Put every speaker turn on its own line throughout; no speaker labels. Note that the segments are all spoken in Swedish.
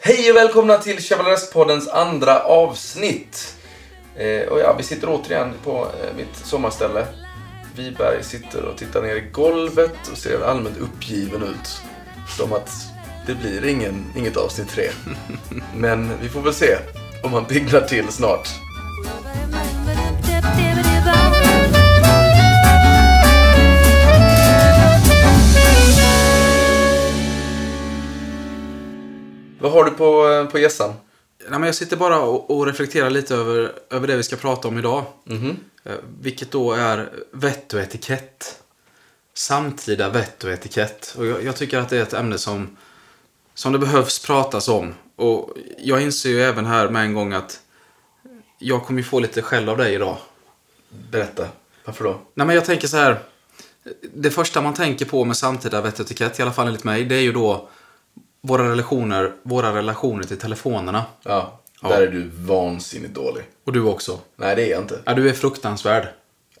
Hej och välkomna till Chevalerespoddens andra avsnitt. Eh, och ja, vi sitter återigen på eh, mitt sommarställe. Viberg sitter och tittar ner i golvet och ser allmänt uppgiven ut. Som att det blir ingen, inget avsnitt tre. Men vi får väl se om han piggnar till snart. Vad har du på, eh, på gässan?
Nej, men jag sitter bara och, och reflekterar lite över, över det vi ska prata om idag.
Mm. Mhm.
Eh, Vilket då är vett och etikett. Samtida vett och etikett. Och jag, jag tycker att det är ett ämne som, som det behövs pratas om. Och jag inser ju även här med en gång att jag kommer ju få lite skäll av dig idag.
Berätta. Varför då?
Nej, men jag tänker så här. Det första man tänker på med samtida vett och etikett, i alla fall enligt mig, det är ju då våra relationer, våra relationer till telefonerna.
Ja,
Ja.
där är du vansinnigt dålig.
Och du också.
Nej, det är jag inte.
Ja, du är fruktansvärd.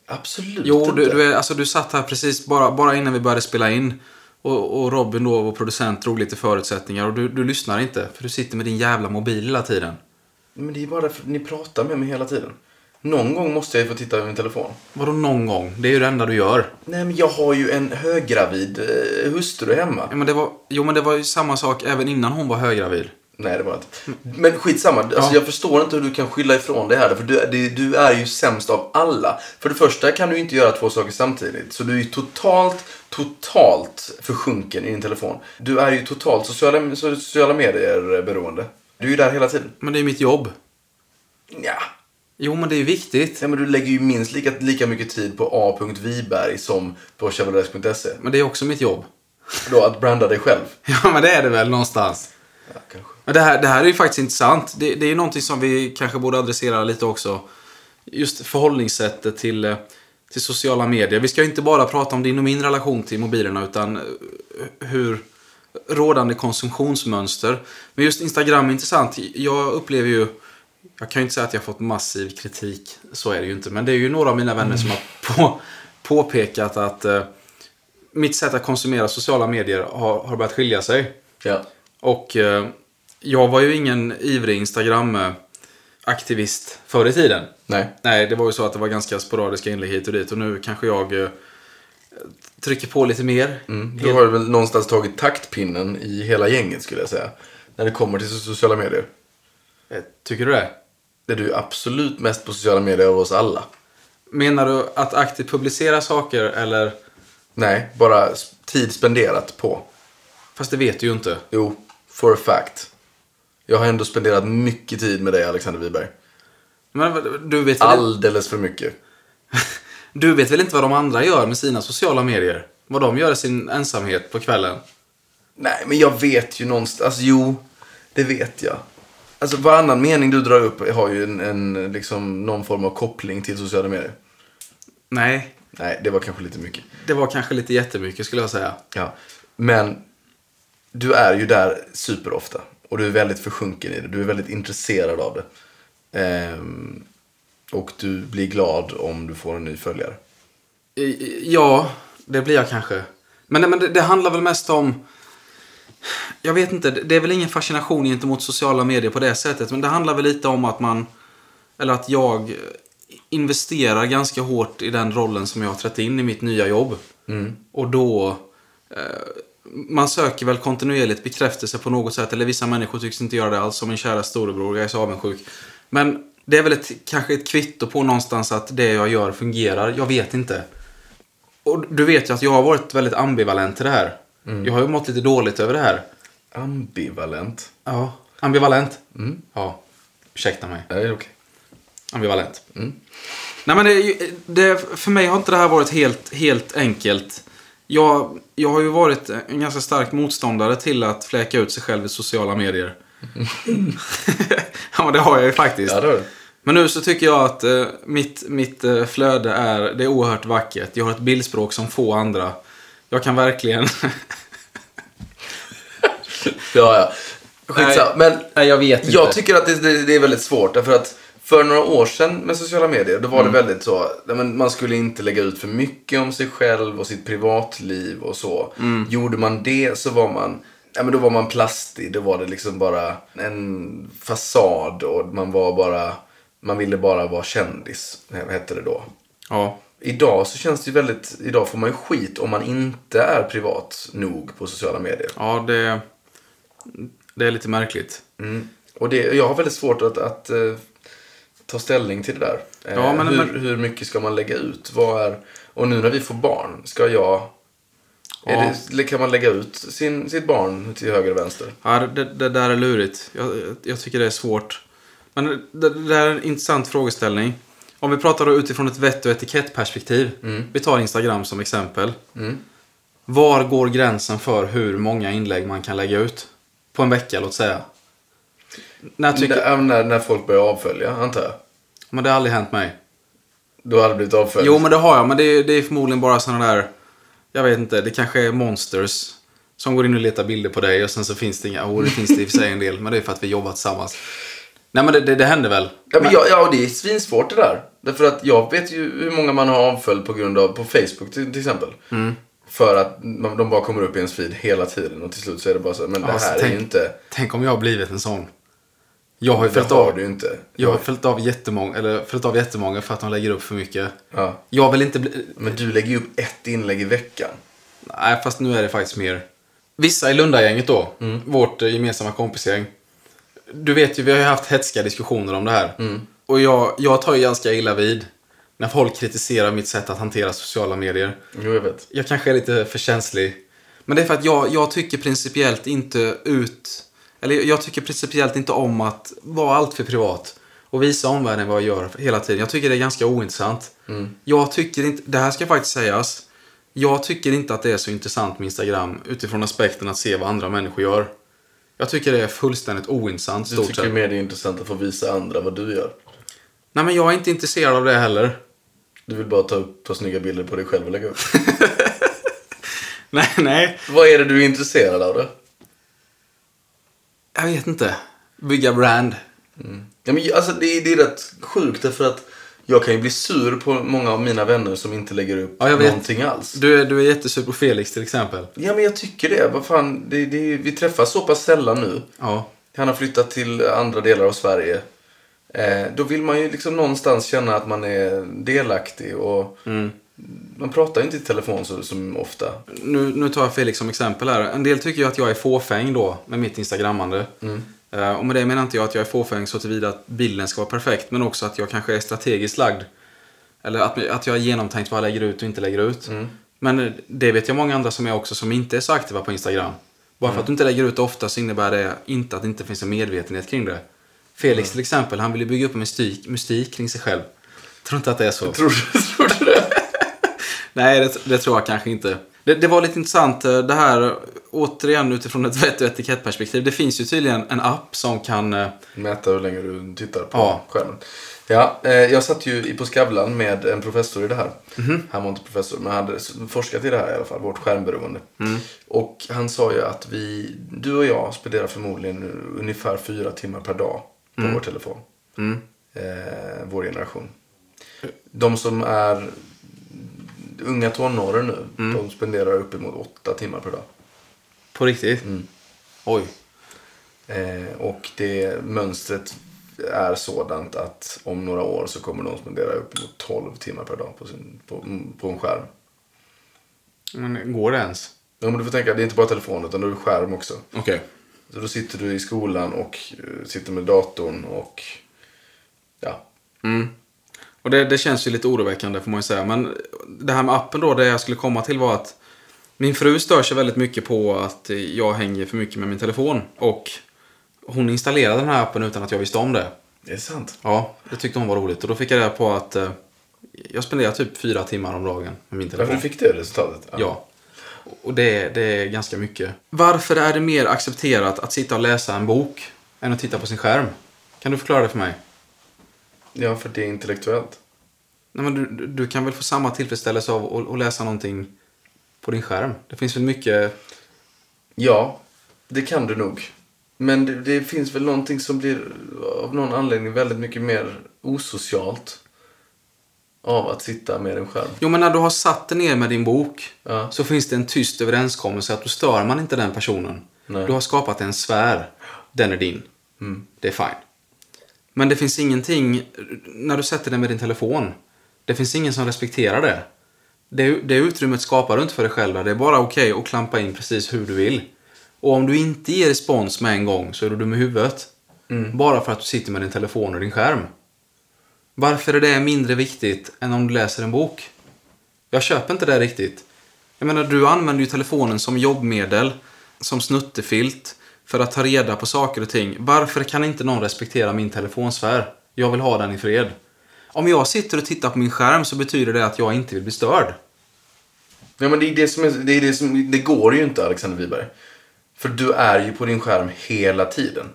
Absolut
Jo,
inte.
du, du, är, alltså, du satt här precis bara, bara innan vi började spela in. Och, och Robin då, vår producent, drog lite förutsättningar. Och du, du lyssnar inte, för du sitter med din jävla mobil hela tiden.
Men det är bara därför ni pratar med mig hela tiden. Någon gång måste jag ju få titta över min telefon.
Vadå någon gång? Det är ju det enda du gör.
Nej, men jag har ju en höggravid eh, hustru hemma.
Ja, men det var, jo, men det var ju samma sak även innan hon var höggravid.
Nej, det var inte. Men skitsamma. Alltså,
Ja.
jag förstår inte hur du kan skylla ifrån det här. För du, det, du är ju sämst av alla. För det första kan du inte göra två saker samtidigt. Så du är ju totalt, totalt försjunken i din telefon. Du är ju totalt sociala, sociala medier-beroende. Du är ju där hela tiden.
Men det är ju mitt jobb.
Ja.
Jo, men det är ju viktigt.
Nej, men du lägger ju minst lika, lika mycket tid på a.viberg som på chevaleresk.se.
Men det är också mitt jobb.
Då E. att branda dig själv?
Ja, men det är det väl någonstans.
Ja, kanske.
Men det här, det här är ju faktiskt intressant. Det, det är ju någonting som vi kanske borde adressera lite också. Just förhållningssättet till, eh, till sociala medier. Vi ska ju inte bara prata om din och min relation till mobilerna utan eh, hur rådande konsumtionsmönster. Men just Instagram är intressant. Jag upplever ju jag kan ju inte säga att jag har fått massiv kritik, så är det ju inte. Men det är ju några av mina vänner som har på, påpekat att eh, mitt sätt att konsumera sociala medier har, har börjat skilja sig.
Ja.
Och eh, jag var ju ingen ivrig Instagram-aktivist förr i tiden.
Nej.
Nej, det var ju så att det var ganska sporadiska inlägg hit och dit. Och nu kanske jag eh, trycker på lite mer.
Du har väl någonstans tagit taktpinnen i hela gänget skulle jag säga. När det kommer till sociala medier.
Eh, Tycker du det?
Det är du absolut mest på sociala medier av oss alla.
Menar du att aktivt publicera saker eller?
Nej, bara s- tid spenderat på.
Fast det vet du ju inte.
Jo, for a fact. Jag har ändå spenderat mycket tid med dig Alexander Wiberg.
Men du vet, väl,
Alldeles för mycket.
du vet väl inte vad de andra gör med sina sociala medier? Vad de gör i sin ensamhet på kvällen?
Nej, men jag vet ju någonstans. Alltså, jo, det vet jag. Alltså varannan mening du drar upp har ju en, en liksom någon form av koppling till sociala medier.
Nej,
Nej, det var kanske lite mycket.
det var kanske lite jättemycket skulle jag säga.
Ja. Men du är ju där superofta. Och du är väldigt försjunken i det. Du är väldigt intresserad av det. Ehm, och du blir glad om du får en ny följare.
I- i- Ja, det blir jag kanske. Men, men det, det handlar väl mest om... Jag vet inte, det det är väl ingen fascination gentemot sociala medier på det sättet. Men det handlar väl lite om att man... Eller att jag investerar ganska hårt i den rollen som jag har trätt in i mitt nya jobb. Och då... Eh, man söker väl kontinuerligt bekräftelse på något sätt. Eller vissa människor tycks inte göra det alls. Som min kära storebror, jag är så avundsjuk. Men det är väl ett, kanske ett kvitto på någonstans att det jag gör fungerar. Jag vet inte. Och du vet ju att jag har varit väldigt ambivalent till det här. Jag har ju mått lite dåligt över det här.
Ambivalent.
Ja. Ambivalent? Ja. Ursäkta mig.
Ja, det är okej.
Ambivalent.
Mm.
Nej men det, är ju- det, för mig har inte det här varit helt, helt enkelt. Jag, jag har ju varit en ganska stark motståndare till att fläka ut sig själv i sociala medier. ja men det har jag ju faktiskt.
Ja, det har du.
Men nu så tycker jag att eh, mitt, mitt eh, flöde är, det är oerhört vackert. Jag har ett bildspråk som få andra. Jag kan verkligen...
Ja, ja. Skitsamma.
Nej.
Men
Nej, jag vet inte.
Jag tycker att det, det, det är väldigt svårt. Därför att för några år sedan med sociala medier, då var
Mm.
det väldigt så. nej, men Man skulle inte lägga ut för
Mm.
mycket om sig själv och sitt privatliv och så. Gjorde man det så var man Ja, men då var man plastig. Då var det liksom bara en fasad och man var bara... Man ville bara vara kändis, hette det då.
Ja.
Idag så känns det ju väldigt... Idag får man ju skit om man inte är privat nog på sociala medier.
Ja, det, det är lite märkligt.
Mm. Och det, jag har väldigt svårt att, att eh, ta ställning till det där. Eh,
Ja, men-
hur,
men-
hur mycket ska man lägga ut? Vad är, och nu när vi får barn, ska jag...
Ja.
Är det, kan man lägga ut sin, sitt barn till höger och vänster?
Ja, det, det- det där är lurigt. Jag, jag- jag tycker det är svårt. Men det, det där är en intressant frågeställning. Om vi pratar då utifrån ett vett och etikettperspektiv. Vi tar Instagram som exempel. Var går gränsen för hur många inlägg man kan lägga ut? På en vecka, låt säga. När tycker...
När, även när, när folk börjar avfölja, antar jag.
Men det har aldrig hänt mig.
Du hade blivit avföljd.
Jo, men det har jag. Men det är, det är förmodligen bara sådana där... Jag vet inte. Det kanske är monsters. Som går in och letar bilder på dig och sen så finns det inga... Jo, det finns det i och för sig en del. Men det är för att vi jobbar tillsammans. Nej, men det, det, det händer väl.
Ja, men jag, ja, och det är svinsvårt det där. Därför att jag vet ju hur många man har avföljd på grund av, på Facebook till, till exempel.
Mm.
För att man, de bara kommer upp i ens feed hela tiden och till slut så är det bara så här, men det
Alltså,
här är
tänk-
ju inte,
Tänk om jag har blivit en sån. Jag har ju
det
följt
har
av,
du ju inte.
jag har följt av, jättemånga, eller följt av jättemånga för att de lägger upp för mycket.
Ja.
Jag vill inte bli...
Men du lägger ju upp ett inlägg i veckan.
Nej, fast nu är det faktiskt mer. Vissa i Lundagänget då, vårt eh, gemensamma kompisgäng. Du vet ju, vi har ju haft hetska diskussioner om det här. Och jag, jag tar ju ganska illa vid när folk kritiserar mitt sätt att hantera sociala medier.
Jo, jag vet.
Jag kanske är lite för känslig. Men det är för att jag, jag tycker principiellt inte ut... Eller jag tycker principiellt inte om att vara alltför privat. Och visa omvärlden vad jag gör hela tiden. Jag tycker det är ganska ointressant.
Mm.
Jag tycker inte... Det här ska faktiskt sägas. Jag tycker inte att det är så intressant med Instagram utifrån aspekten att se vad andra människor gör. Jag tycker det är fullständigt ointressant
Du
stort
tycker ju mer det är intressant att få visa andra vad du gör.
Nej men jag är inte intresserad av det heller.
Du vill bara ta, upp, ta snygga bilder på dig själv och lägga upp.
Nej, nej.
vad är det du är intresserad av då?
Jag vet inte. Bygga brand.
Ja, men, alltså, det, är, det är rätt sjukt därför att jag kan ju bli sur på många av mina vänner som inte lägger upp
Ja, jag vet.
någonting alls.
Du är, du är jättesur på Felix till exempel.
Ja, men jag tycker det. Vad fan, det, det, vi träffas så pass sällan nu.
Ja.
Han har flyttat till andra delar av Sverige. Eh, då vill man ju liksom någonstans känna att man är delaktig och man pratar ju inte i telefon så, som ofta.
Nu, nu tar jag Felix som exempel här. En del tycker ju att jag är fåfäng då med mitt instagrammande. Eh, Och med det menar inte jag att jag är fåfäng så tillvida att bilden ska vara perfekt. Men också att jag kanske är strategiskt lagd. Eller att, att jag har genomtänkt vad jag lägger ut och inte lägger ut. Men eh, det vet jag många andra som är också som inte är så aktiva på Instagram. Bara för att du inte lägger ut ofta så innebär det inte att det inte finns en medvetenhet kring det. Felix till exempel, han vill ju bygga upp en mystik, mystik kring sig själv. Tror inte att det är så.
Tror du, tror du det?
Nej, det, det tror jag kanske inte. Det, det var lite intressant eh, det här, återigen utifrån ett vett och etikettperspektiv. Det finns ju tydligen en app som kan... eh,
Mäta hur länge du tittar på
Ja.
skärmen. Ja, eh, jag satt ju i- på Skavlan med en professor i det här. Han var inte professor, men han hade s- forskat i det här i alla fall, vårt skärmberoende. Och han sa ju att vi, du och jag spenderar förmodligen ungefär fyra timmar per dag på vår telefon. Eh, vår generation. De som är unga tonåren nu, de spenderar uppemot åtta timmar per dag.
På riktigt? Oj.
Eh, och det mönstret är sådant att om några år så kommer de spendera uppemot 12 timmar per dag på, sin, på, mm, på en skärm.
Men går det ens?
Ja, men du får tänka, det är inte bara telefon utan då är det skärm också.
Okej.
Så då sitter du i skolan och eh, sitter med datorn och ja.
Mm. Och det, det känns ju lite oroväckande får man ju säga. Men det här med appen då, det jag skulle komma till var att min fru stör sig väldigt mycket på att jag hänger för mycket med min telefon. Och hon installerade den här appen utan att jag visste om det.
Det är sant.
Ja, det tyckte hon var roligt. Och då fick jag reda på att eh, jag spenderar typ fyra timmar om dagen med min
Därför
telefon.
du fick det resultatet?
Ja. Och det, det är ganska mycket. Varför är det mer accepterat att sitta och läsa en bok än att titta på sin skärm? Kan du förklara det för mig?
Ja, för det är intellektuellt.
Nej, men du- du, du kan väl få samma tillfredsställelse av att, att läsa någonting på din skärm? Det finns väl mycket...
Ja, det kan du nog. Men det, det finns väl någonting som blir av någon anledning väldigt mycket mer osocialt av att sitta med en skärm.
Jo, men när du har satt dig ner med din bok
Ja.
så finns det en tyst överenskommelse att då stör man inte den personen.
Nej. Mm.
Du har skapat en sfär. Den är din. Det är fine. Men det finns ingenting, när du sätter den med din telefon, det finns ingen som respekterar det. Det, det utrymmet skapar du inte för dig själv. där. Det är bara okej att klampa in precis hur du vill. Och om du inte ger respons med en gång så är du dum i huvudet.
Mm.
Bara för att du sitter med din telefon och din skärm. Varför är det mindre viktigt än om du läser en bok? Jag köper inte det riktigt. Jag menar, du använder ju telefonen som jobbmedel, som snuttefilt, för att ta reda på saker och ting. Varför kan inte någon respektera min telefonsfär? Jag vill ha den i fred. Om jag sitter och tittar på min skärm så betyder det att jag inte vill bli störd.
Ja, men det, är det, som är, det, är det, som, det går ju inte Alexander Wiberg. För du är ju på din skärm hela tiden.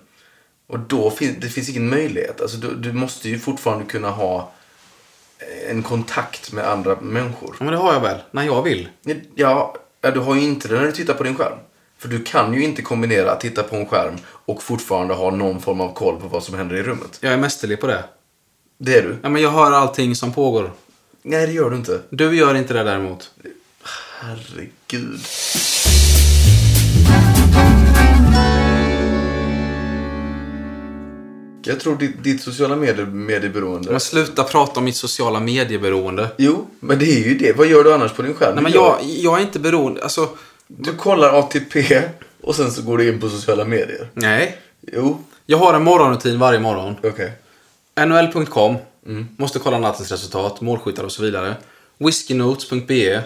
Och då fin, det finns ingen möjlighet. Alltså, du, du måste ju fortfarande kunna ha en kontakt med andra människor.
Ja, men det har jag väl, när jag vill.
Ja, ja, du har ju inte det när du tittar på din skärm. För du kan ju inte kombinera att titta på en skärm och fortfarande ha någon form av koll på vad som händer i rummet.
Jag är mästerlig på det.
Det är du.
Ja, men jag hör allting som pågår.
Nej, det gör du inte.
Du gör inte det däremot.
Herregud. Jag tror ditt, ditt sociala medier, medieberoende...
Men sluta prata om mitt sociala medieberoende.
Jo, men det är ju det. Vad gör du annars på din skärm?
Nej, men jag, jag är inte beroende, alltså...
Du kollar ATP och sen så går du in på sociala medier.
Nej.
Jo,
Jag har en morgonrutin varje morgon.
okej.
NHL.com. Måste kolla nattens resultat, målskyttar och så vidare. Whiskynotes.be.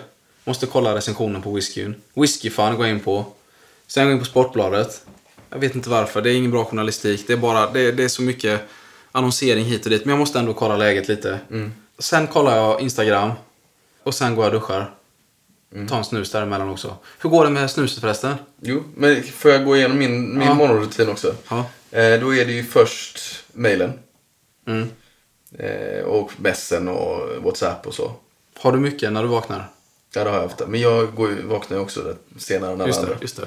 Måste kolla recensionen på whiskyn. Whiskyfan går jag in på. Sen går jag in på Sportbladet. Jag vet inte varför. Det är ingen bra journalistik. Det är bara, det, det är så mycket annonsering hit och dit. Men jag måste ändå kolla läget lite. Sen kollar jag Instagram. Och sen går jag och duschar. Tar en snus däremellan också. Hur går det med snuset förresten?
Jo, men får jag gå igenom min, min
Ja.
morgonrutin också?
Ja.
Eh, då är det ju först mejlen.
Mm.
Eh, och messen och WhatsApp och så.
Har du mycket när du vaknar?
Ja, det har jag ofta. Men jag går ju, vaknar ju också rätt senare än alla
Just
andra.
det, just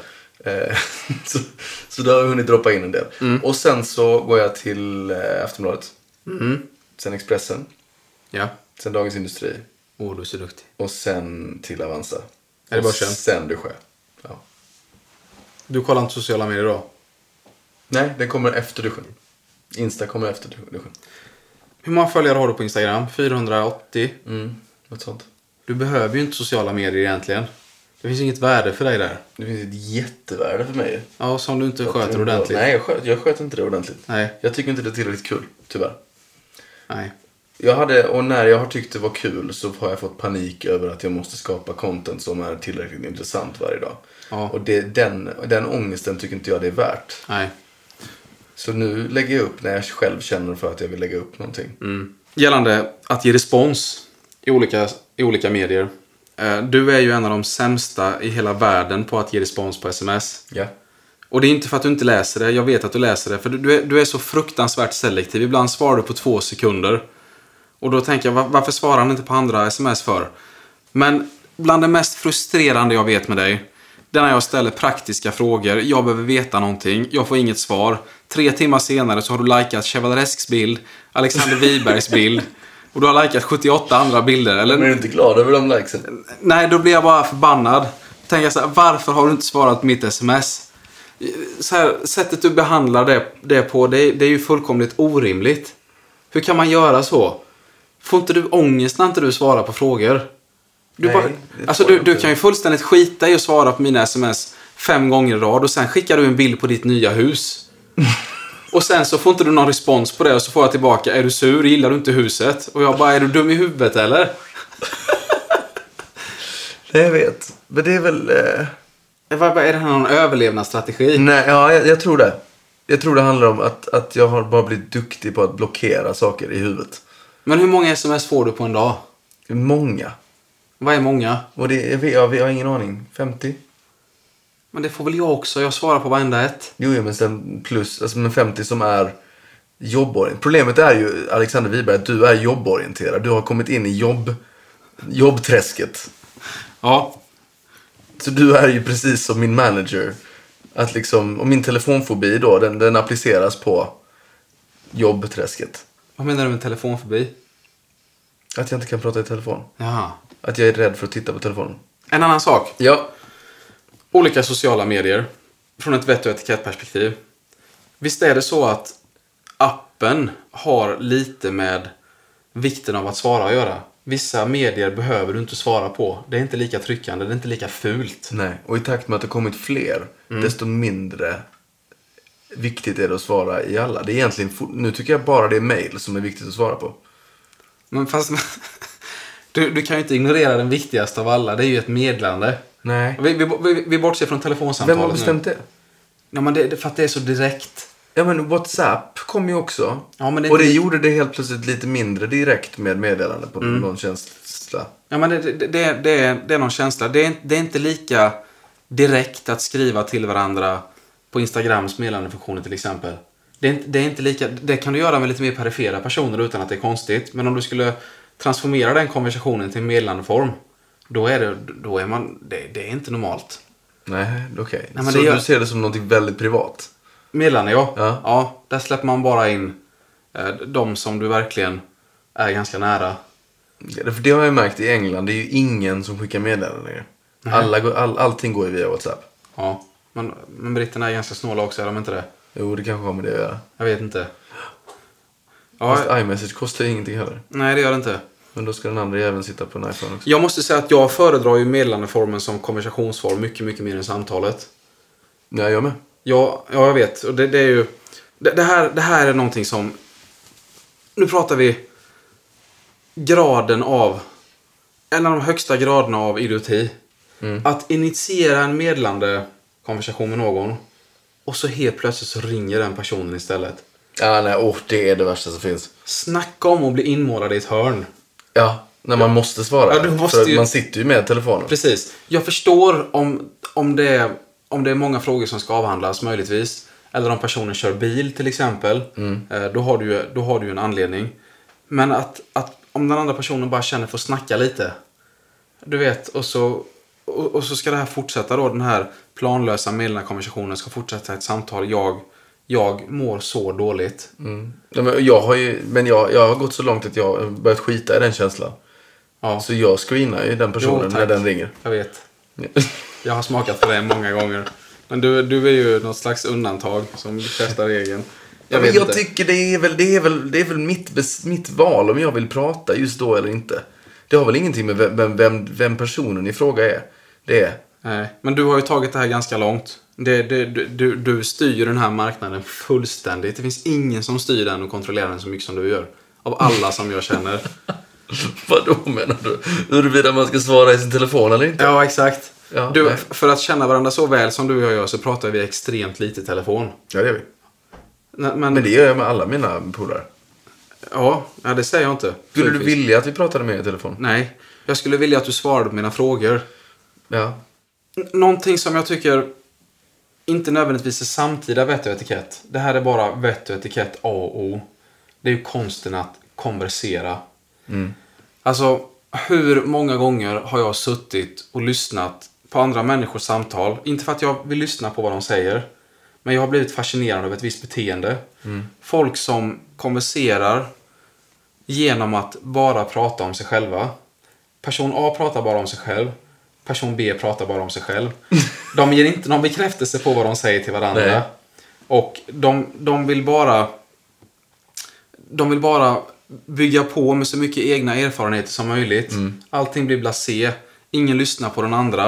det.
Eh, så, så då har jag hunnit droppa in en del. Och sen så går jag till eh, Aftonbladet.
Mm.
Sen Expressen.
Ja.
Sen Dagens Industri.
Åh, du är så duktig.
Och sen till Avanza.
Är det
och
börsen?
sen Duschö. Ja.
Du kollar inte sociala medier då?
Nej, den kommer efter duschen. Insta kommer efter duschen.
Hur många följare har du på Instagram? 480?
Mm, något sånt.
Du behöver ju inte sociala medier egentligen. Det finns inget värde för dig där.
Det finns ett jättevärde för mig.
Ja, som du inte sköter
Jag tror-
ordentligt.
Nej, jag sköter, jag sköter inte det ordentligt.
Nej.
Jag tycker inte det är tillräckligt kul, tyvärr.
Nej.
Jag hade, och när jag har tyckt det var kul så har jag fått panik över att jag måste skapa content som är tillräckligt intressant varje dag.
Ja.
Och det, den, den ångesten tycker inte jag det är värt.
Nej.
Så nu lägger jag upp när jag själv känner för att jag vill lägga upp någonting.
Mm. Gällande att ge respons i olika, i olika medier. Eh, Du är ju en av de sämsta i hela världen på att ge respons på sms.
Ja.
Och det är inte för att du inte läser det, jag vet att du läser det. För du, du, är, du är så fruktansvärt selektiv. Ibland svarar du på två sekunder. Och då tänker jag, "Va- varför svarar han inte på andra sms för? Men bland det mest frustrerande jag vet med dig, det är när jag ställer praktiska frågor. Jag behöver veta någonting, jag får inget svar. Tre timmar senare så har du likat Chevaleresks bild, Alexander Wibergs bild. Och du har likat 78 andra bilder. Eller
Men är du inte glad över de likesen?
Nej, då blir jag bara förbannad. Tänker jag så här, varför har du inte svarat på mitt sms? Så här, sättet du behandlar det, det på, det, det är ju fullkomligt orimligt. Hur kan man göra så? Får inte du ångest när inte du svarar på frågor? Du,
Nej,
bara,
det får
alltså,
jag
du, du
inte.
kan ju fullständigt skita i att svara på mina sms fem gånger i rad och sen skickar du en bild på ditt nya hus. Och sen så får inte du någon respons på det och så får jag tillbaka, är du sur? Gillar du inte huset? Och jag bara, är du dum i huvudet eller?
Nej, jag vet. Men det är väl... eh,
Jag bara, Eh, Är det här någon överlevnadsstrategi?
Nej, ja, jag, jag tror det. Jag tror det handlar om att, att jag har bara blivit duktig på att blockera saker i huvudet.
Men hur många sms får du på en dag?
Många.
Vad är många?
Och det, jag, vet, jag, jag har ingen aning. 50?
Men det får väl jag också? Jag svarar på varenda ett.
Jo, jo, men sen plus, alltså men 50 som är jobborienterad. Problemet är ju, Alexander Wiberg, att du är jobborienterad. Du har kommit in i jobb, jobbträsket.
Ja.
Så du är ju precis som min manager. Att liksom, och min telefonfobi då, den, den appliceras på jobbträsket.
Vad menar du med telefon förbi?
Att jag inte kan prata i telefon.
Jaha.
Att jag är rädd för att titta på telefonen.
En annan sak.
Ja.
Olika sociala medier. från ett vett och etikettperspektiv. Visst är det så att appen har lite med vikten av att svara att göra. Vissa medier behöver du inte svara på. Det är inte lika tryckande, det är inte lika fult.
Nej, och i takt med att det kommit fler,
Mm.
desto mindre viktigt är det att svara i alla. Det är egentligen, fo- nu tycker jag bara det är mail som är viktigt att svara på.
Men fast... Du, du kan ju inte ignorera den viktigaste av alla, det är ju ett meddelande.
Nej.
Vi, vi, vi, vi bortser från
Vem
telefonsamtalet
har bestämt
nu.
det?
Ja, men det, det- för att det är så direkt.
Ja men WhatsApp kom ju också.
Ja, men det är
och
inte
det
li-
gjorde det helt plötsligt lite mindre direkt med meddelande på
Mm.
någon känsla.
Ja, men det, det, det, är- det, är, det är någon känsla. Det är, inte- det är inte lika direkt att skriva till varandra på Instagrams meddelandefunktioner till exempel. Det är, inte- det är inte lika... Det kan du göra med lite mer perifera personer utan att det är konstigt. Men om du skulle transformera den konversationen till en meddelandeform, då är det... Då är man... Det, det är inte normalt.
Nej, okej.
Nej, men
Så
det gör-
du ser det som något väldigt privat?
Meddelande, ja.
Ja.
Där släpper man bara in eh, de som du verkligen är ganska nära.
Ja, det- För det har jag märkt i England, det är ju ingen som skickar meddelanden längre. Alla, går- all, allting går ju via WhatsApp.
Ja. Men, men britterna är ganska snåla också, är de inte det?
Jo, det kanske har med det att göra.
Jag vet inte. Ja,
Fast iMessage kostar ju ingenting heller.
nej, det gör det inte.
Men då ska den andra även sitta på en iPhone också.
Jag måste säga att jag föredrar ju meddelandeformen som konversationsform mycket, mycket mer än samtalet.
Ja, jag med.
Ja, ja jag vet. Och det, det är ju... Det, det, här, det här är någonting som... Nu pratar vi graden av... En av de högsta graderna av idioti. Att initiera en medlande konversation med någon och så helt plötsligt så ringer den personen istället.
Ja, nej, åh, det är det värsta som finns.
Snacka om att bli inmålad i ett hörn.
Ja, när man måste svara.
Ja, du måste
för att
ju-
man sitter ju med telefonen.
Precis. Jag förstår om, om, det, är- om det är många frågor som ska avhandlas möjligtvis. Eller om personen kör bil till exempel.
Mm.
Eh, Då, har du, ju- då har du ju en anledning. Men att, att om den andra personen bara känner för att snacka lite. Du vet, och så, och, och så ska det här fortsätta då. Den här planlösa meddelandekonversationen ska fortsätta ett samtal. Jag, jag mår så dåligt.
Mm. Ja, men jag har ju, men jag, jag har gått så långt att jag har börjat skita i den känslan.
Ja,
Så jag screenar ju den personen
Jo, tack.
när den ringer.
jag vet. Jag har smakat på det många gånger. Men du, du är ju något slags undantag som bekräftar regeln.
Jag,
Jag
men
vet
jag
inte.
tycker det är väl, det är väl, det är väl mitt, bes- mitt val om jag vill prata just då eller inte. Det har väl ingenting med vem, vem- vem, vem personen i fråga är. Det är.
Nej, men du har ju tagit det här ganska långt. Det, det, du, du, du styr ju den här marknaden fullständigt. Det finns ingen som styr den och kontrollerar den så mycket som du gör. Av alla som jag känner.
Vadå menar du? Huruvida man ska svara i sin telefon eller inte?
Ja, exakt.
Ja,
du,
nej.
f- för att känna varandra så väl som du och jag gör så pratar vi extremt lite i telefon.
Ja, det gör vi.
Nej, Men,
Men det gör jag med alla mina polare.
ja, ja, det säger jag inte.
Skulle du
Fulfis.
vilja att vi pratade mer i telefon?
Nej. Jag skulle vilja att du svarade på mina frågor.
Ja.
N- Någonting som jag tycker inte nödvändigtvis är samtida vett och etikett. Det här är bara vett och etikett A och O. Det är ju konsten att konversera.
Mm.
Alltså, hur många gånger har jag suttit och lyssnat på andra människors samtal? Inte för att jag vill lyssna på vad de säger. Men jag har blivit fascinerad av ett visst beteende. Folk som konverserar genom att bara prata om sig själva. Person A pratar bara om sig själv. Person B pratar bara om sig själv. De ger inte någon bekräftelse på vad de säger till varandra.
Nej.
Och de, de vill bara... De vill bara bygga på med så mycket egna erfarenheter som möjligt. Allting blir blasé. Ingen lyssnar på den andra.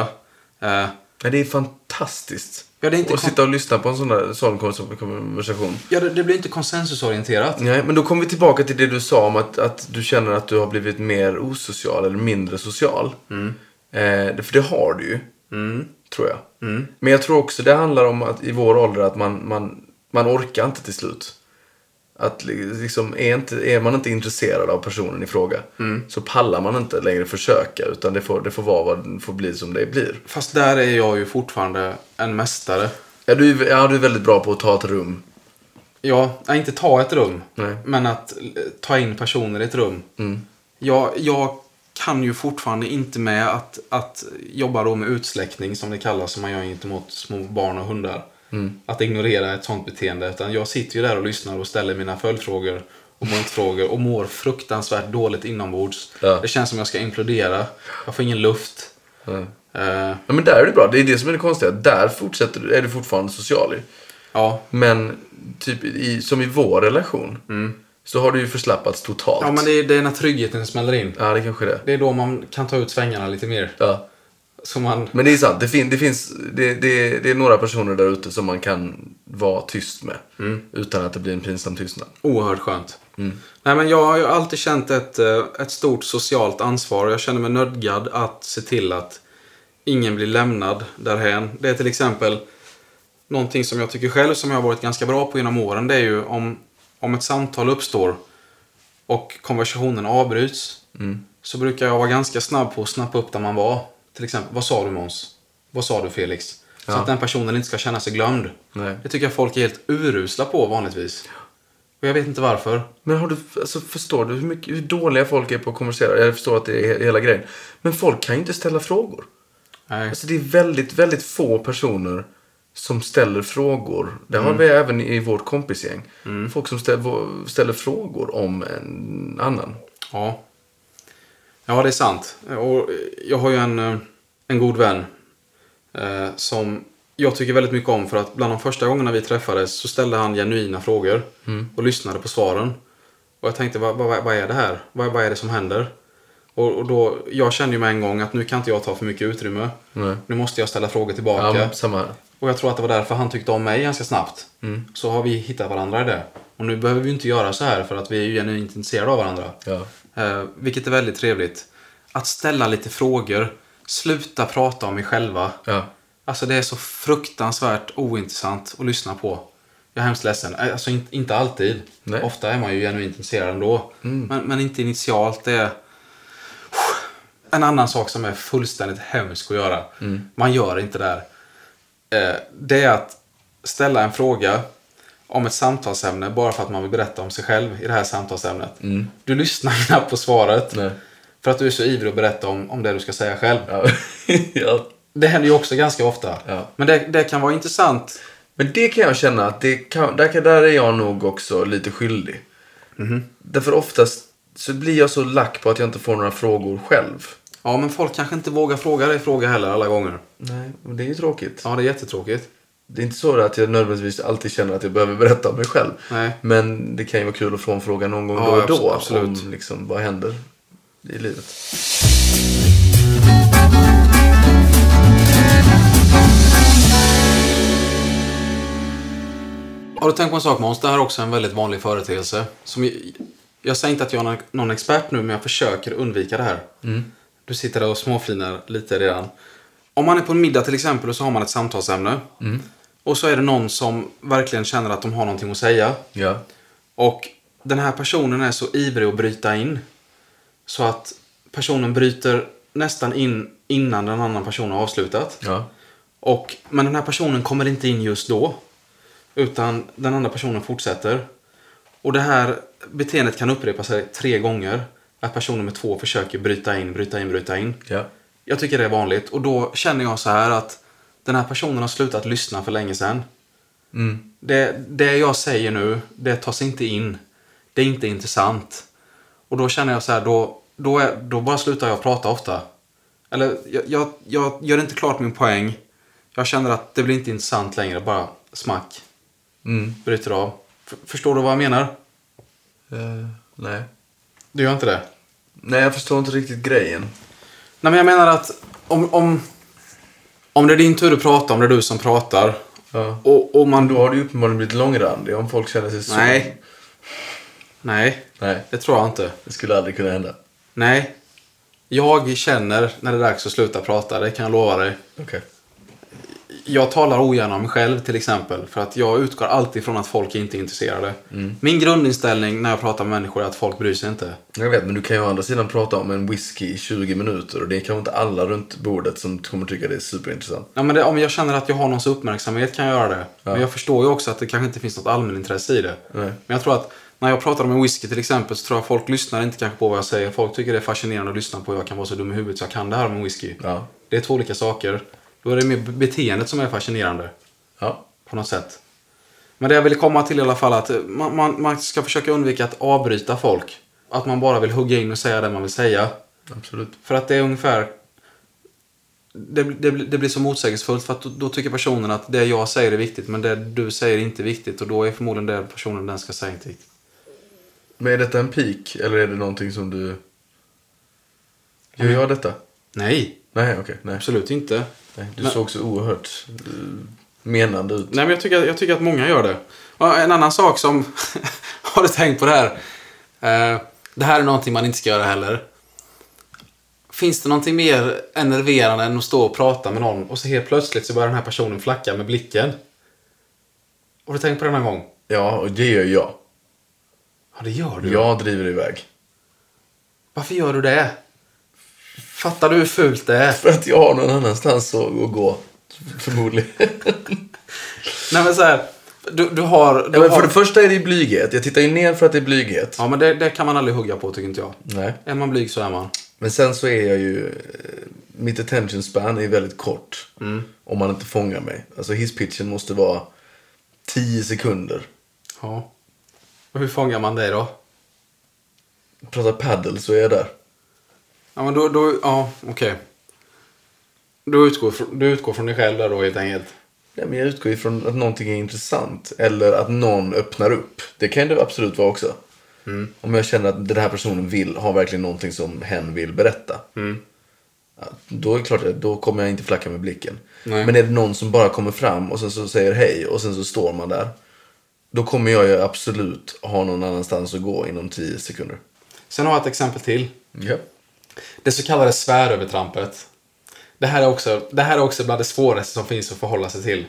Eh,
ja det är fantastiskt.
Ja, det är inte
att
kon-
sitta och lyssna på en sån där sån konversation.
ja, det, det blir inte konsensusorienterat.
Nej, men då kommer vi tillbaka till det du sa om att, att du känner att du har blivit mer osocial eller mindre social. Eh, det- för det har du ju, tror jag. Men jag tror också det handlar om att i vår ålder att man, man, man orkar inte till slut. Att li- liksom, är, inte, är man inte intresserad av personen i fråga så pallar man inte längre försöka utan det får, det får vara vad det får bli som det blir.
Fast där är jag ju fortfarande en mästare.
Ja, du, är- ja, du är väldigt bra på att ta ett rum.
Ja, nej, inte ta ett rum.
Nej. Mm.
Men att eh, ta in personer i ett rum. Jag, jag kan ju fortfarande inte med att, att jobba då med utsläckning som det kallas som man gör gentemot små barn och hundar.
Mm.
Att ignorera ett sånt beteende. Utan jag sitter ju där och lyssnar och ställer mina följdfrågor och motfrågor och mår fruktansvärt dåligt inombords.
Ja.
Det känns som jag ska implodera. Jag får ingen luft.
Mm.
Eh,
Ja, men där är det bra. Det är det som är det konstiga. Där fortsätter, du- är du fortfarande social i.
ja.
Men typ i, som i vår relation. Så har du ju förslappats totalt.
Mm. ja, men det är, det är när tryggheten smäller in.
ja, det kanske är det.
Det är då man kan ta ut svängarna lite mer.
Ja.
Så man...
Men det är sant. Det, fin, det finns det, det, det är några personer där ute som man kan vara tyst med.
Mm.
Utan att det blir en pinsam tystnad.
Oerhört skönt. Nej, men jag har ju alltid känt ett, eh, ett stort socialt ansvar och jag känner mig nödgad att se till att ingen blir lämnad därhen. Det är till exempel någonting som jag tycker själv som jag har varit ganska bra på genom åren. Det är ju om, om ett samtal uppstår och konversationen avbryts
Mm.
så brukar jag vara ganska snabb på att snappa upp där man var. Till exempel, vad sa du Måns? Vad sa du Felix? Så
Ja.
att den personen inte ska känna sig glömd.
Nej.
Det tycker jag folk är helt urusla på vanligtvis. Och jag vet inte varför.
Men har du, alltså, förstår du hur, mycket, hur dåliga folk är på att konversera? Jag förstår att det är he- hela grejen. Men folk kan ju inte ställa frågor.
Nej.
Alltså det är väldigt, väldigt få personer som ställer frågor. Det har vi även i vårt kompisgäng. Folk som ställer, vå- ställer frågor om en annan.
Ja. Ja, det är sant. Och jag har ju en, eh, en god vän eh, som jag tycker väldigt mycket om för att bland de första gångerna vi träffades så ställde han genuina frågor
Mm.
och lyssnade på svaren. Och jag tänkte, vad, vad, vad är det här? Vad, vad är det som händer? Och, och då, jag kände ju med en gång att nu kan inte jag ta för mycket utrymme.
Nej.
Nu måste jag ställa frågor
Ja,
tillbaka.
men samma här.
Och jag tror att det var därför han tyckte om mig ganska snabbt. Så har vi hittat varandra i det. Och nu behöver vi ju inte göra så här för att vi är ju genuint intresserade av varandra.
Ja.
Eh, vilket är väldigt trevligt. Att ställa lite frågor. Sluta prata om mig själva.
Ja.
Alltså det är så fruktansvärt ointressant att lyssna på. Jag är hemskt ledsen. Eh, Alltså in, inte alltid.
Nej. Mm.
Ofta är man ju genuint intresserad ändå. Men, men inte initialt. Det är en annan sak som är fullständigt hemsk att göra.
Mm.
Man gör inte det här. Eh, Det är att ställa en fråga om ett samtalsämne bara för att man vill berätta om sig själv i det här samtalsämnet. Du lyssnar knappt på svaret.
Mm. Nej.
För att du är så ivrig att berätta om, om det du ska säga själv.
Ja. ja.
Det händer ju också ganska ofta.
Ja.
Men det, det kan vara intressant.
Men det kan jag känna att det kan, där, kan- där är jag nog också lite skyldig. Mm-hmm. Därför oftast så blir jag så lack på att jag inte får några frågor själv.
Ja, men folk kanske inte vågar fråga dig fråga heller alla gånger.
Nej, och det är ju tråkigt.
Ja, det är jättetråkigt.
Det är inte så att jag nödvändigtvis alltid känner att jag behöver berätta om mig själv.
Nej.
Men det kan ju vara kul att få en fråga någon gång
Ja,
då och
abs-
då.
absolut.
Om liksom, vad händer i livet.
Har du tänkt på en sak Måns? Det här är också en väldigt vanlig företeelse. Som jag, jag säger inte att jag är någon- någon expert nu, men jag försöker undvika det här. Du sitter där och småflinar lite redan. Om man är på en middag till exempel och så har man ett samtalsämne. Och så är det någon som verkligen känner att de har någonting att säga.
Ja.
Och den här personen är så ivrig att bryta in. Så att personen bryter nästan in innan den annan personen har avslutat.
Ja.
Och, men den här personen kommer inte in just då. Utan den andra personen fortsätter. Och det här beteendet kan upprepa sig tre gånger. Att person nummer två försöker bryta in, bryta in, bryta in.
Ja.
Jag tycker det är vanligt. Och då känner jag så här att den här personen har slutat lyssna för länge sedan.
Mm.
Det, det jag säger nu, det tas inte in. Det är inte intressant. Och då känner jag så här, då, då, är, då bara slutar jag prata ofta. Eller jag, jag, jag gör inte klart min poäng. Jag känner att det blir inte intressant längre. Bara smack,
Mm.
bryter av. F- förstår du vad jag menar?
Eh, nej.
Du gör inte det?
Nej, jag förstår inte riktigt grejen.
Nej men jag menar att om, om, om det är din tur att prata, om det är du som pratar.
Ja.
Och, och man
Då
då...
har du ju uppenbarligen blivit långrandig om folk känner sig så.
Nej. Nej,
Nej,
det tror jag inte.
det skulle aldrig kunna hända.
Nej. Jag känner när det är dags att sluta prata, det kan jag lova dig.
Okej.
Jag talar ogärna om mig själv till exempel. För att jag utgår alltid från att folk inte är intresserade.
Mm.
Min grundinställning när jag pratar med människor är att folk bryr sig inte.
Jag vet, men du kan ju å andra sidan prata om en whisky i 20 minuter och det är kanske inte alla runt bordet som kommer tycka det är superintressant.
Ja, men det, om jag känner att jag har någons uppmärksamhet kan jag göra det. Men jag förstår ju också att det kanske inte finns något allmänintresse i det.
Nej.
Men jag tror att när jag pratar om en whisky till exempel så tror jag folk lyssnar inte kanske på vad jag säger. Folk tycker det är fascinerande att lyssna på hur jag kan vara så dum i huvudet så jag kan det här om en whisky.
Ja.
Det är två olika saker. Då är det mer beteendet som är fascinerande.
Ja.
på något sätt. Men det jag ville komma till i alla fall är att man, man, man ska försöka undvika att avbryta folk. Att man bara vill hugga in och säga det man vill säga.
Absolut.
För att det är ungefär... det, det, det blir så motsägelsefullt för att då, då tycker personen att det jag säger är viktigt men det du säger är inte viktigt och då är förmodligen det personen den ska säga inte viktigt.
Men är detta en peak eller är det någonting som du... Gör
Mm.
jag detta?
Nej,
Nej, okej. nej.
absolut inte.
nej. Du
Men-
såg så oerhört eh, menande ut.
Nej, men jag tycker, jag tycker att många gör det. Och en annan sak som... har du tänkt på det här? Eh, det här är någonting man inte ska göra heller. Finns det någonting mer enerverande än att stå och prata med någon och så helt plötsligt så börjar den här personen flacka med blicken? Har du tänkt på det någon gång?
Ja, och det gör jag.
Ja, det gör du.
Jag driver iväg.
Varför gör du det? Fattar du hur fult det är?
För att jag har någon annanstans att att gå. Förmodligen.
Nej, men så här, du, du har... Du
Ja, men
har
för det första är det ju blyghet. Jag tittar ju ner för att det är blyghet.
ja, men det, det kan man aldrig hugga på, tycker inte jag.
Nej.
Är man blyg så är man.
Men sen så är jag ju... eh, Mitt attention span är väldigt kort.
Mm.
Om man inte fångar mig. Alltså hisspitchen måste vara 10 sekunder.
Ja. Och hur fångar man dig då?
Prata paddle så är jag där.
Ja, men då, då ja, okej. Du, utgår fr- du utgår från dig själv där då helt enkelt.
Nej, men jag utgår ifrån att någonting är intressant. Eller att någon öppnar upp. Det kan det absolut vara också. Om jag känner att den här personen vill, har verkligen någonting som hen vill berätta. Ja, Då är det klart, att då kommer jag inte flacka med blicken.
Nej.
Men är det någon som bara kommer fram och sen så säger hej och sen så står man där. Då kommer jag ju absolut ha någon annanstans att gå inom 10 sekunder.
Sen har jag ett exempel till.
Ja.
Det så kallade svärövertrampet. Det här, är också, det här är också bland det svåraste som finns att förhålla sig till.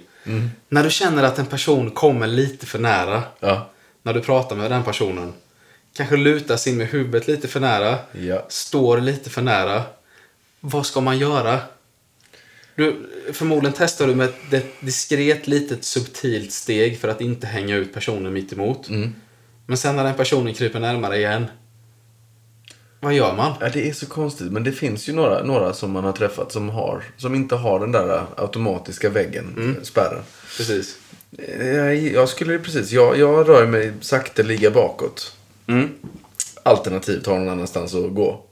När du känner att en person kommer lite för nära.
Ja.
När du pratar med den personen. Kanske lutar sig in med huvudet lite för nära.
Ja.
Står lite för nära. Vad ska man göra? Du, förmodligen testar du med ett diskret litet subtilt steg för att inte hänga ut personen mitt emot.
Mm.
Men sen när den personen kryper närmare igen. Vad gör man?
Ja, det är så konstigt. Men det finns ju några, några som man har träffat som, har, som inte har den där automatiska väggen, eh, spärren.
Precis.
Jag, jag skulle precis, jag, jag rör mig sakteliga bakåt. Mm. Alternativt har någon annanstans att gå.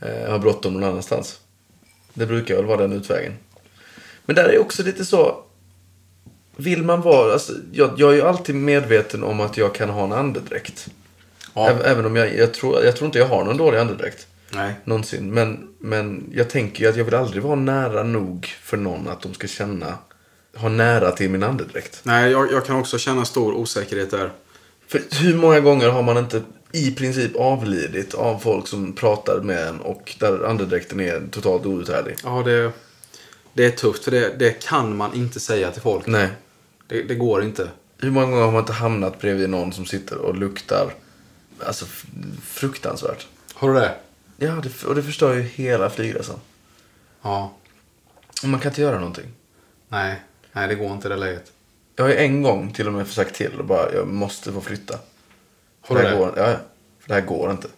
Eh, har bråttom någon annanstans. Det brukar väl vara den utvägen. Men där är också lite så... Vill man vara... Alltså, jag, jag är ju alltid medveten om att jag kan ha en andedräkt.
Ja.
Även, även om jag, jag, tror, jag tror inte jag har någon dålig andedräkt.
Nej.
Någonsin. Men, men jag tänker ju att jag vill aldrig vara nära nog för någon att de ska känna... Ha nära till min andedräkt.
Nej, jag, jag kan också känna stor osäkerhet där.
För hur många gånger har man inte i princip avlidit av folk som pratar med en och där andedräkten är totalt outhärdlig?
Ja, det, det är tufft för det, det kan man inte säga till folk.
Nej.
Det, det går inte.
Hur många gånger har man inte hamnat bredvid någon som sitter och luktar alltså f- fruktansvärt?
Har du det?
Ja, det, f- och det förstör ju hela flygresan.
Ja.
Och Man kan inte göra någonting.
Nej. Nej, det går inte i det läget.
Jag har ju en gång till och med sagt till och bara, jag måste få flytta.
Har du
här
det?
Går, ja, ja. för det här går inte.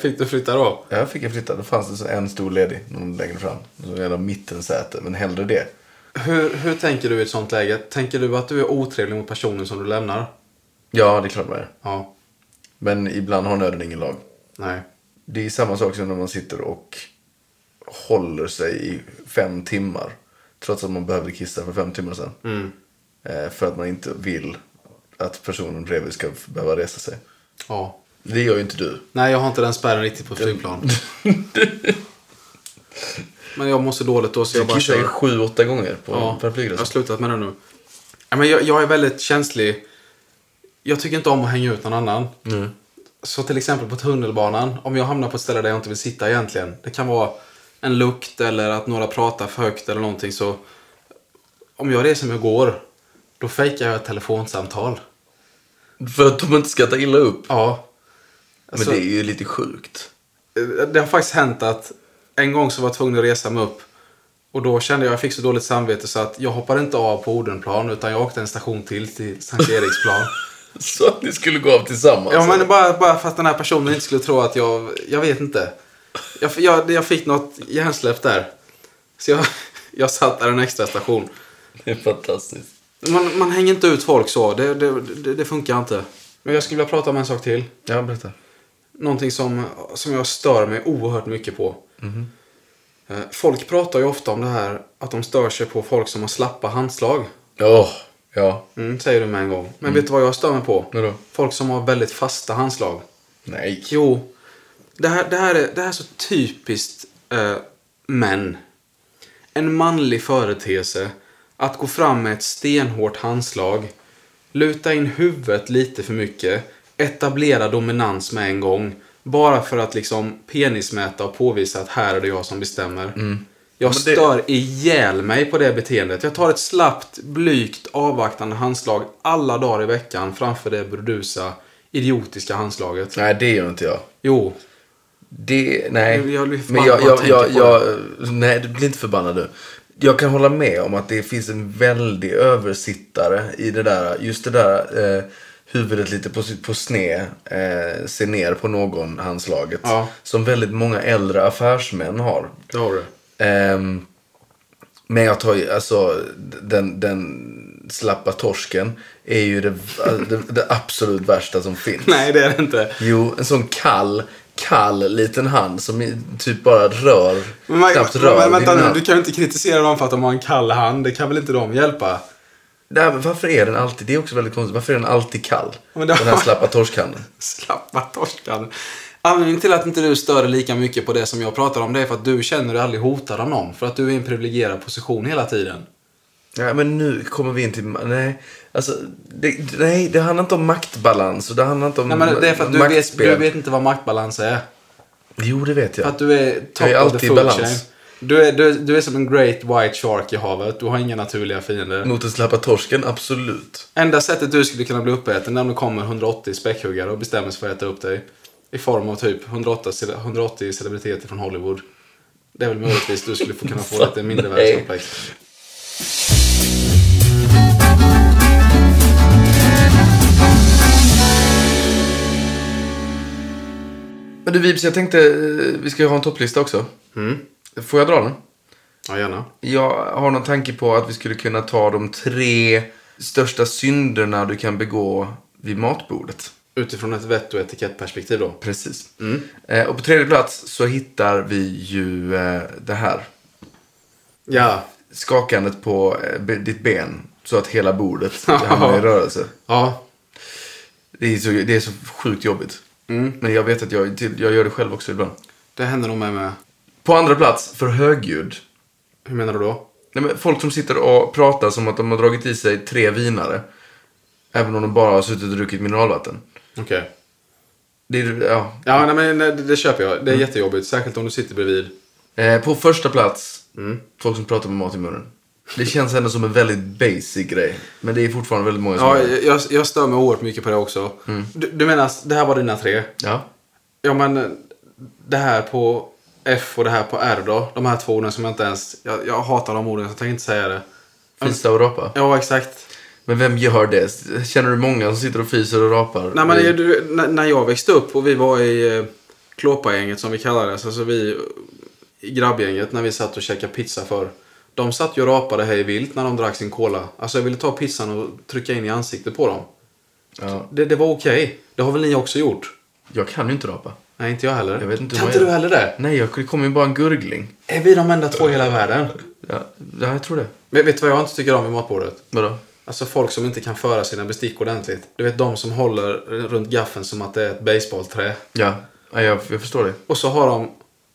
Fick du flytta då?
Ja, jag fick jag flytta. Då fanns det så en stor ledig någon längre fram. Så jävla mittensäte, men hellre det.
Hur, hur tänker du i ett sånt läge? Tänker du att du är otrevlig mot personen som du lämnar?
Ja, det är klart man är.
Ja.
Men ibland har nöden ingen lag.
Nej.
Det är samma sak som när man sitter och håller sig i fem timmar. Trots att man behövde kissa för fem timmar sedan.
Mm.
Eh, För att man inte vill att personen bredvid ska f- behöva resa sig.
Ja.
Det gör ju inte du.
Nej, jag har inte den spärren riktigt på flygplan. Men jag mår så dåligt då så
Du
jag bara
kissar ju
kör.
sju, åtta gånger på
Ja, Alltså-
per
jag har
flygresa.
slutat med det nu. Ja, men jag, jag är väldigt känslig. Jag tycker inte om att hänga ut någon annan. Så till exempel på tunnelbanan, om jag hamnar på ett ställe där jag inte vill sitta egentligen. Det kan vara en lukt eller att några pratar för högt eller någonting så. Om jag reser mig och går, då fejkar jag ett telefonsamtal.
För att de inte ska ta illa upp.
Ja.
Men
Alltså-
det är ju lite sjukt.
Eh, Det har faktiskt hänt att en gång så var jag tvungen att resa mig upp. Och då kände jag, jag fick så dåligt samvete så att jag hoppade inte av på Odenplan utan jag åkte en station till, till Sankt Eriksplan.
Så att ni skulle gå av tillsammans.
Ja, men bara, bara för att den här personen inte skulle tro att jag... Jag vet inte. Jag, jag, jag fick något hjärnsläpp där. Så jag, jag satt där en extra station.
Det är fantastiskt.
Man, man hänger inte ut folk så. Det, det, det, det funkar inte. Men jag skulle vilja prata om en sak till.
Ja, berätta.
Någonting som, som jag stör mig oerhört mycket på. Eh, Folk pratar ju ofta om det här att de stör sig på folk som har slappa handslag.
Åh, ja.
Mm, säger du med en gång. Men vet du vad jag stör mig på?
Vadå?
Folk som har väldigt fasta handslag.
Nej.
Jo, det här, det här, är, det här är så typiskt eh, män. En manlig företeelse att gå fram med ett stenhårt handslag, luta in huvudet lite för mycket, etablera dominans med en gång, bara för att liksom penismäta och påvisa att här är det jag som bestämmer. Jag
Mm. Men det-
stör ihjäl mig på det beteendet. Jag tar ett slappt, blygt, avvaktande handslag alla dagar i veckan framför det burdusa, idiotiska handslaget.
Nej, det gör inte jag.
Jo.
Det, nej.
Jag blir
men
förbannad
jag,
bara
jag,
tänker
jag,
på
jag, nej, du blir inte förbannad du. Jag kan hålla med om att det finns en väldig översittare i det där. Just det där eh, huvudet lite på, på sne. Eh, se ner på någon handslaget.
Ja.
Som väldigt många äldre affärsmän har.
Det har du.
Ehm, men jag tar ju, alltså den, den slappa torsken är ju det, det, det absolut värsta som finns.
Nej, det är det inte.
Jo, en sån kall, kall liten hand som i- typ bara rör,
Men, man,
knappt
men,
rör.
men vänta
din
nu,
hand.
du kan ju inte kritisera dem för att de har en kall hand. Det kan väl inte de hjälpa?
Nej, men varför är den alltid, det är också väldigt konstigt, varför är den alltid kall?
Men det-
Den här slappa torskhanden.
Slappa torskan. Anledningen till att inte du stör dig lika mycket på det som jag pratar om, det är för att du känner dig aldrig hotad av någon. För att du är i en privilegierad position hela tiden.
Nej, men nu kommer vi in till, nej, alltså, det, nej, det handlar inte om maktbalans och det handlar inte om
Nej, men det är för att du vet,
maktspel.
du vet inte vad maktbalans är.
Jo, det vet
För
jag.
att du är top
Jag är
of
alltid
the
i
food
balans.
chain. Du är, du, är, du är som en great white shark i havet. Du har inga naturliga fiender.
Mot den slappa torsken, absolut.
Enda sättet du skulle kunna bli uppäten är om det kommer 180 späckhuggare och bestämmer sig för att äta upp dig. I form av typ 108, cele- 180 celebriteter från Hollywood. Det är väl möjligtvis du skulle få kunna få lite mindre
Nej.
världskomplex.
Men du Vibs, jag tänkte, eh, vi ska ju ha en topplista också. Mm. Får jag dra den?
Ja, gärna.
Jag har någon tanke på att vi skulle kunna ta de tre största synderna du kan begå vid matbordet.
Utifrån ett vett och etikettperspektiv då.
Precis. Eh, och på tredje plats så hittar vi ju eh, det här.
Ja.
Skakandet på eh, be- ditt ben. Så att hela bordet hamnar i rörelse.
Ja.
Det är så, det är så sjukt jobbigt. Men jag vet att jag, till- jag gör det själv också ibland.
Det händer nog mig med.
På andra plats, för högljudd.
Hur menar du då?
Nej, men folk som sitter och pratar som att de har dragit i sig tre vinare. Även om de bara har suttit och druckit mineralvatten.
Okej.
Det är, ja.
Ja, nej, men nej, det, det köper jag. Det är jättejobbigt. Särskilt om du sitter bredvid.
eh, på första plats,
Mm.
folk som pratar med mat i munnen. Det känns ändå som en väldigt basic grej. Men det är fortfarande väldigt många som
Ja,
gör det.
jag, jag- jag stör mig oerhört mycket på det också. Du, du menar, det här var dina tre?
ja.
Ja men eh, det här på F och det här på R då. De här två orden som jag inte ens... Jag, jag hatar de orden så jag tänker inte säga det.
Fisa och rapa.
Ja exakt.
Men vem gör det? Känner du många som sitter och fiser och rapar?
Nej, men, är du, när- när jag växte upp och vi var i eh, Klåpagänget som vi kallade det. Alltså vi eh, i grabbgänget när vi satt och käkade pizza för De satt ju och rapade hej vilt när de drack sin cola. Alltså jag ville ta pizzan och trycka in i ansiktet på dem.
ja.
Det, det var okej. Det har väl ni också gjort?
Jag kan ju inte rapa.
Nej inte jag heller.
Jag vet inte
kan
vad
inte
jag-
du heller det?
Nej, jag, det kommer ju bara en gurgling.
Är vi de enda två i hela världen?
Ja, ja, jag tror det.
Vet, vet du vad jag inte tycker om vid matbordet?
Vadå?
Alltså folk som inte kan föra sina bestick ordentligt. Du vet de som håller runt gaffeln som att det är ett baseballträ.
Ja, ja jag, jag förstår det.
Och så har de...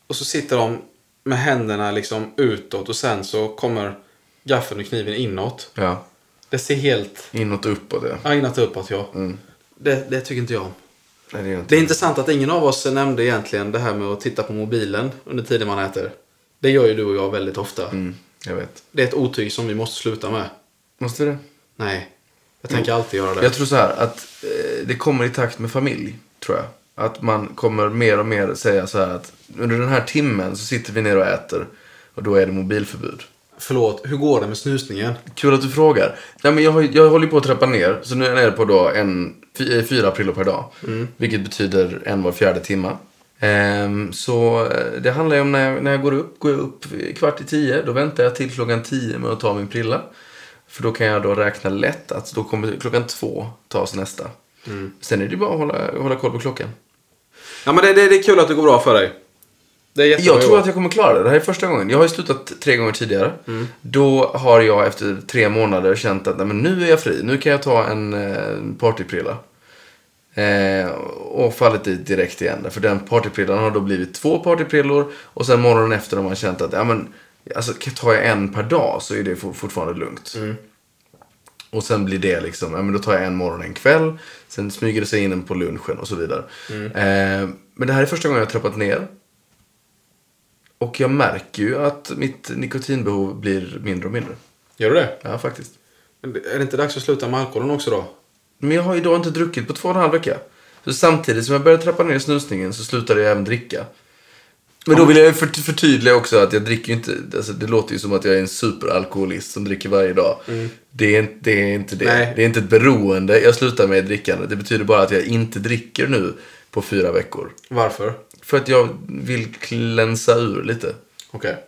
Och så sitter de med händerna liksom utåt och sen så kommer gaffeln och kniven inåt.
Ja.
Det ser helt...
Inåt och uppåt, ja.
Ja, inåt och uppåt ja.
Mm.
Det, det tycker inte jag om.
Nej, det är inte.
Det är intressant att ingen av oss nämnde egentligen det här med att titta på mobilen under tiden man äter. Det gör ju du och jag väldigt ofta.
Mm, jag vet.
Det är ett otyg som vi måste sluta med.
Måste det?
Nej. Jag tänker alltid göra det.
Mm. Jag tror så här att eh, det kommer i takt med familj, tror jag. Att man kommer mer och mer säga så här att under den här timmen så sitter vi ner och äter och då är det mobilförbud.
Förlåt, hur går det med snusningen?
Kul att du frågar. Nej, men jag, har- jag håller på att trappa ner, så nu är jag nere på då en, fy- eh, fyra prillor per dag. Vilket betyder en var fjärde timma. Ehm, så eh, det handlar ju om när jag, när jag går upp. Går jag upp kvart i tio, då väntar jag till klockan tio med att ta min prilla. För då kan jag då räkna lätt att då kommer klockan två tas nästa. Sen är det ju bara att hålla, hålla koll på klockan.
Ja men det, det, det är kul att det går bra för dig. Det är jättebra
Jag tror
jobbat.
att jag kommer klara det. Det här är första gången. Jag har ju slutat tre gånger tidigare. Då har jag efter tre månader känt att nej, men nu är jag fri. Nu kan jag ta en eh, partyprilla. Eh, och fallit dit direkt igen. För den partyprillan har då blivit två partyprillor. Och sen morgonen efter har man känt att ja, men, alltså, kan- tar jag en per dag så är det for- fortfarande lugnt. Och sen blir det liksom, ja men då tar jag en morgon en kväll. Sen smyger det sig in en på lunchen och så vidare. Eh, men det här är första gången jag har trappat ner. Och jag märker ju att mitt nikotinbehov blir mindre och mindre.
Gör du det?
Ja, faktiskt.
Men Är det inte dags att sluta med alkoholen också då?
Men jag har idag inte druckit på två och en halv vecka. Så samtidigt som jag började trappa ner snusningen så slutade jag även dricka. Men då vill jag ju för- förtydliga också att jag dricker ju inte, alltså det låter ju som att jag är en superalkoholist som dricker varje dag. Det, är, det är inte det.
Nej.
Det är inte ett beroende. Jag slutar med drickande. Det betyder bara att jag inte dricker nu på fyra veckor.
Varför?
För att jag vill klänsa ur lite.
Okej.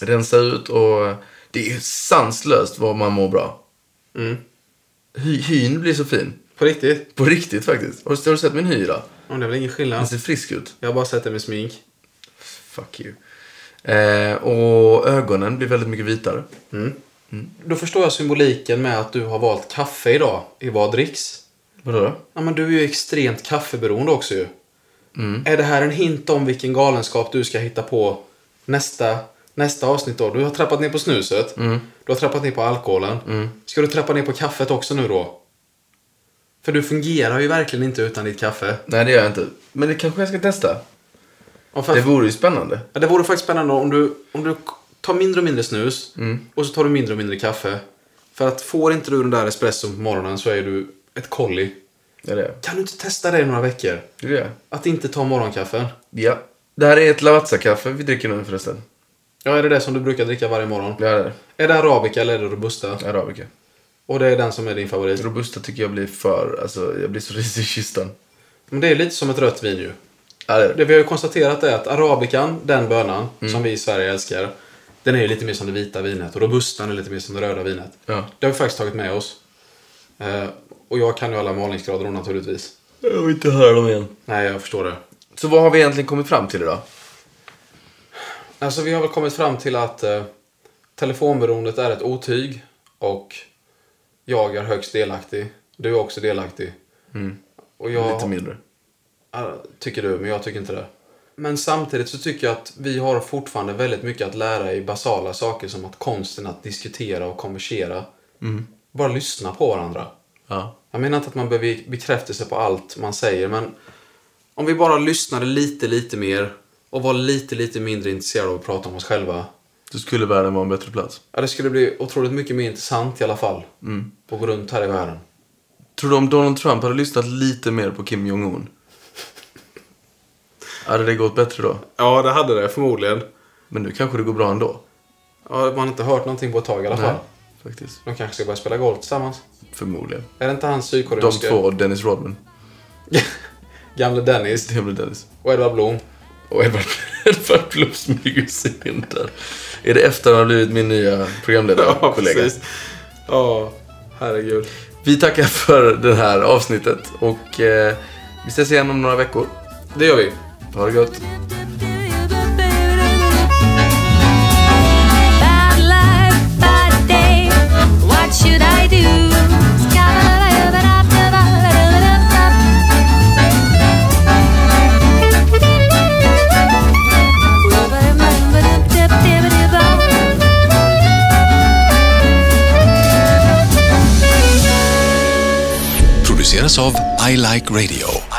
rensa ut och det är ju sanslöst vad man mår bra.
Mm.
Hy, hyn blir så fin.
På riktigt?
På riktigt faktiskt. Har du, har du sett min hy då?
Om det är väl ingen
Den
skillnad.
ser frisk ut.
Jag har bara sett det med smink.
Fuck you. Eh, och ögonen blir väldigt mycket vitare.
Då förstår jag symboliken med att du har valt kaffe idag i vad dricks.
Vadå då?
Ja, men du är ju extremt kaffeberoende också ju. Är det här en hint om vilken galenskap du ska hitta på nästa, nästa avsnitt då? Du har trappat ner på snuset. Du har trappat ner på alkoholen. Ska du trappa ner på kaffet också nu då? För du fungerar ju verkligen inte utan ditt kaffe.
Nej, det gör jag inte. Men det kanske jag ska testa.
Och för
Det vore ju spännande.
Ja, det vore faktiskt spännande om du, om du tar mindre och mindre snus och så tar du mindre och mindre kaffe. För att får inte du den där espresson på morgonen så är du ett kolli.
Ja, det gör jag.
Kan du inte testa det i några veckor?
Det gör jag.
Att inte ta morgonkaffe?
Ja. Det här är ett Lavazza-kaffe vi dricker nu förresten.
Ja, är det det som du brukar dricka varje morgon?
Ja, det är
Är det arabica eller är det robusta?
det. Arabica.
Och det är den som är din favorit.
Robusta tycker jag blir för... Alltså, jag blir så risig i kistan.
Men det är lite som ett rött vin ju.
Ja, det är det.
Det vi har ju konstaterat är att arabican, den bönan,
Mm.
som vi i Sverige älskar, den är ju lite mer som det vita vinet och robustan är lite mer som det röda vinet.
Ja.
Det har vi faktiskt tagit med oss. Eh, och jag kan ju alla malningsgrader då naturligtvis.
Jag vill inte höra dem igen.
Nej, jag förstår det.
Så vad har vi egentligen kommit fram till idag?
Alltså vi har väl kommit fram till att eh, telefonberoendet är ett otyg och jag är högst delaktig. Du är också delaktig. Och jag...
Mm. Lite mindre.
Ja, tycker du, men jag tycker inte det. Men samtidigt så tycker jag att vi har fortfarande väldigt mycket att lära i basala saker som att konsten att diskutera och konversera. Bara lyssna på varandra.
Ja.
Jag menar inte att man behöver ge bekräftelse på allt man säger, men om vi bara lyssnade lite, lite mer och var lite, lite mindre intresserade av att prata om oss själva.
Då skulle världen vara en bättre plats.
Ja, det skulle bli otroligt mycket mer intressant i alla fall. Att gå runt här i världen.
Tror du om Donald Trump hade lyssnat lite mer på Kim Jong-Un? hade det gått bättre då?
Ja, det hade det förmodligen.
Men nu kanske det går bra ändå.
Ja, man har inte hört någonting på ett tag i alla fall.
Faktiskt.
De kanske ska börja spela golf tillsammans.
Förmodligen.
Är det inte han
De
sydkoreanska?
två och Dennis Rodman.
Gamle Dennis
Det blir Dennis.
och Edvard Blom.
Och Edvard, Edvard Blom smyger sig in där. Är det efter han har blivit min nya programledarkollega?
Ja, herregud.
vi tackar för det här avsnittet och eh, vi ses igen om några veckor.
Det gör vi.
Ha det gött.
Bad life, bad day. What should I do?
produceras av I Like Radio.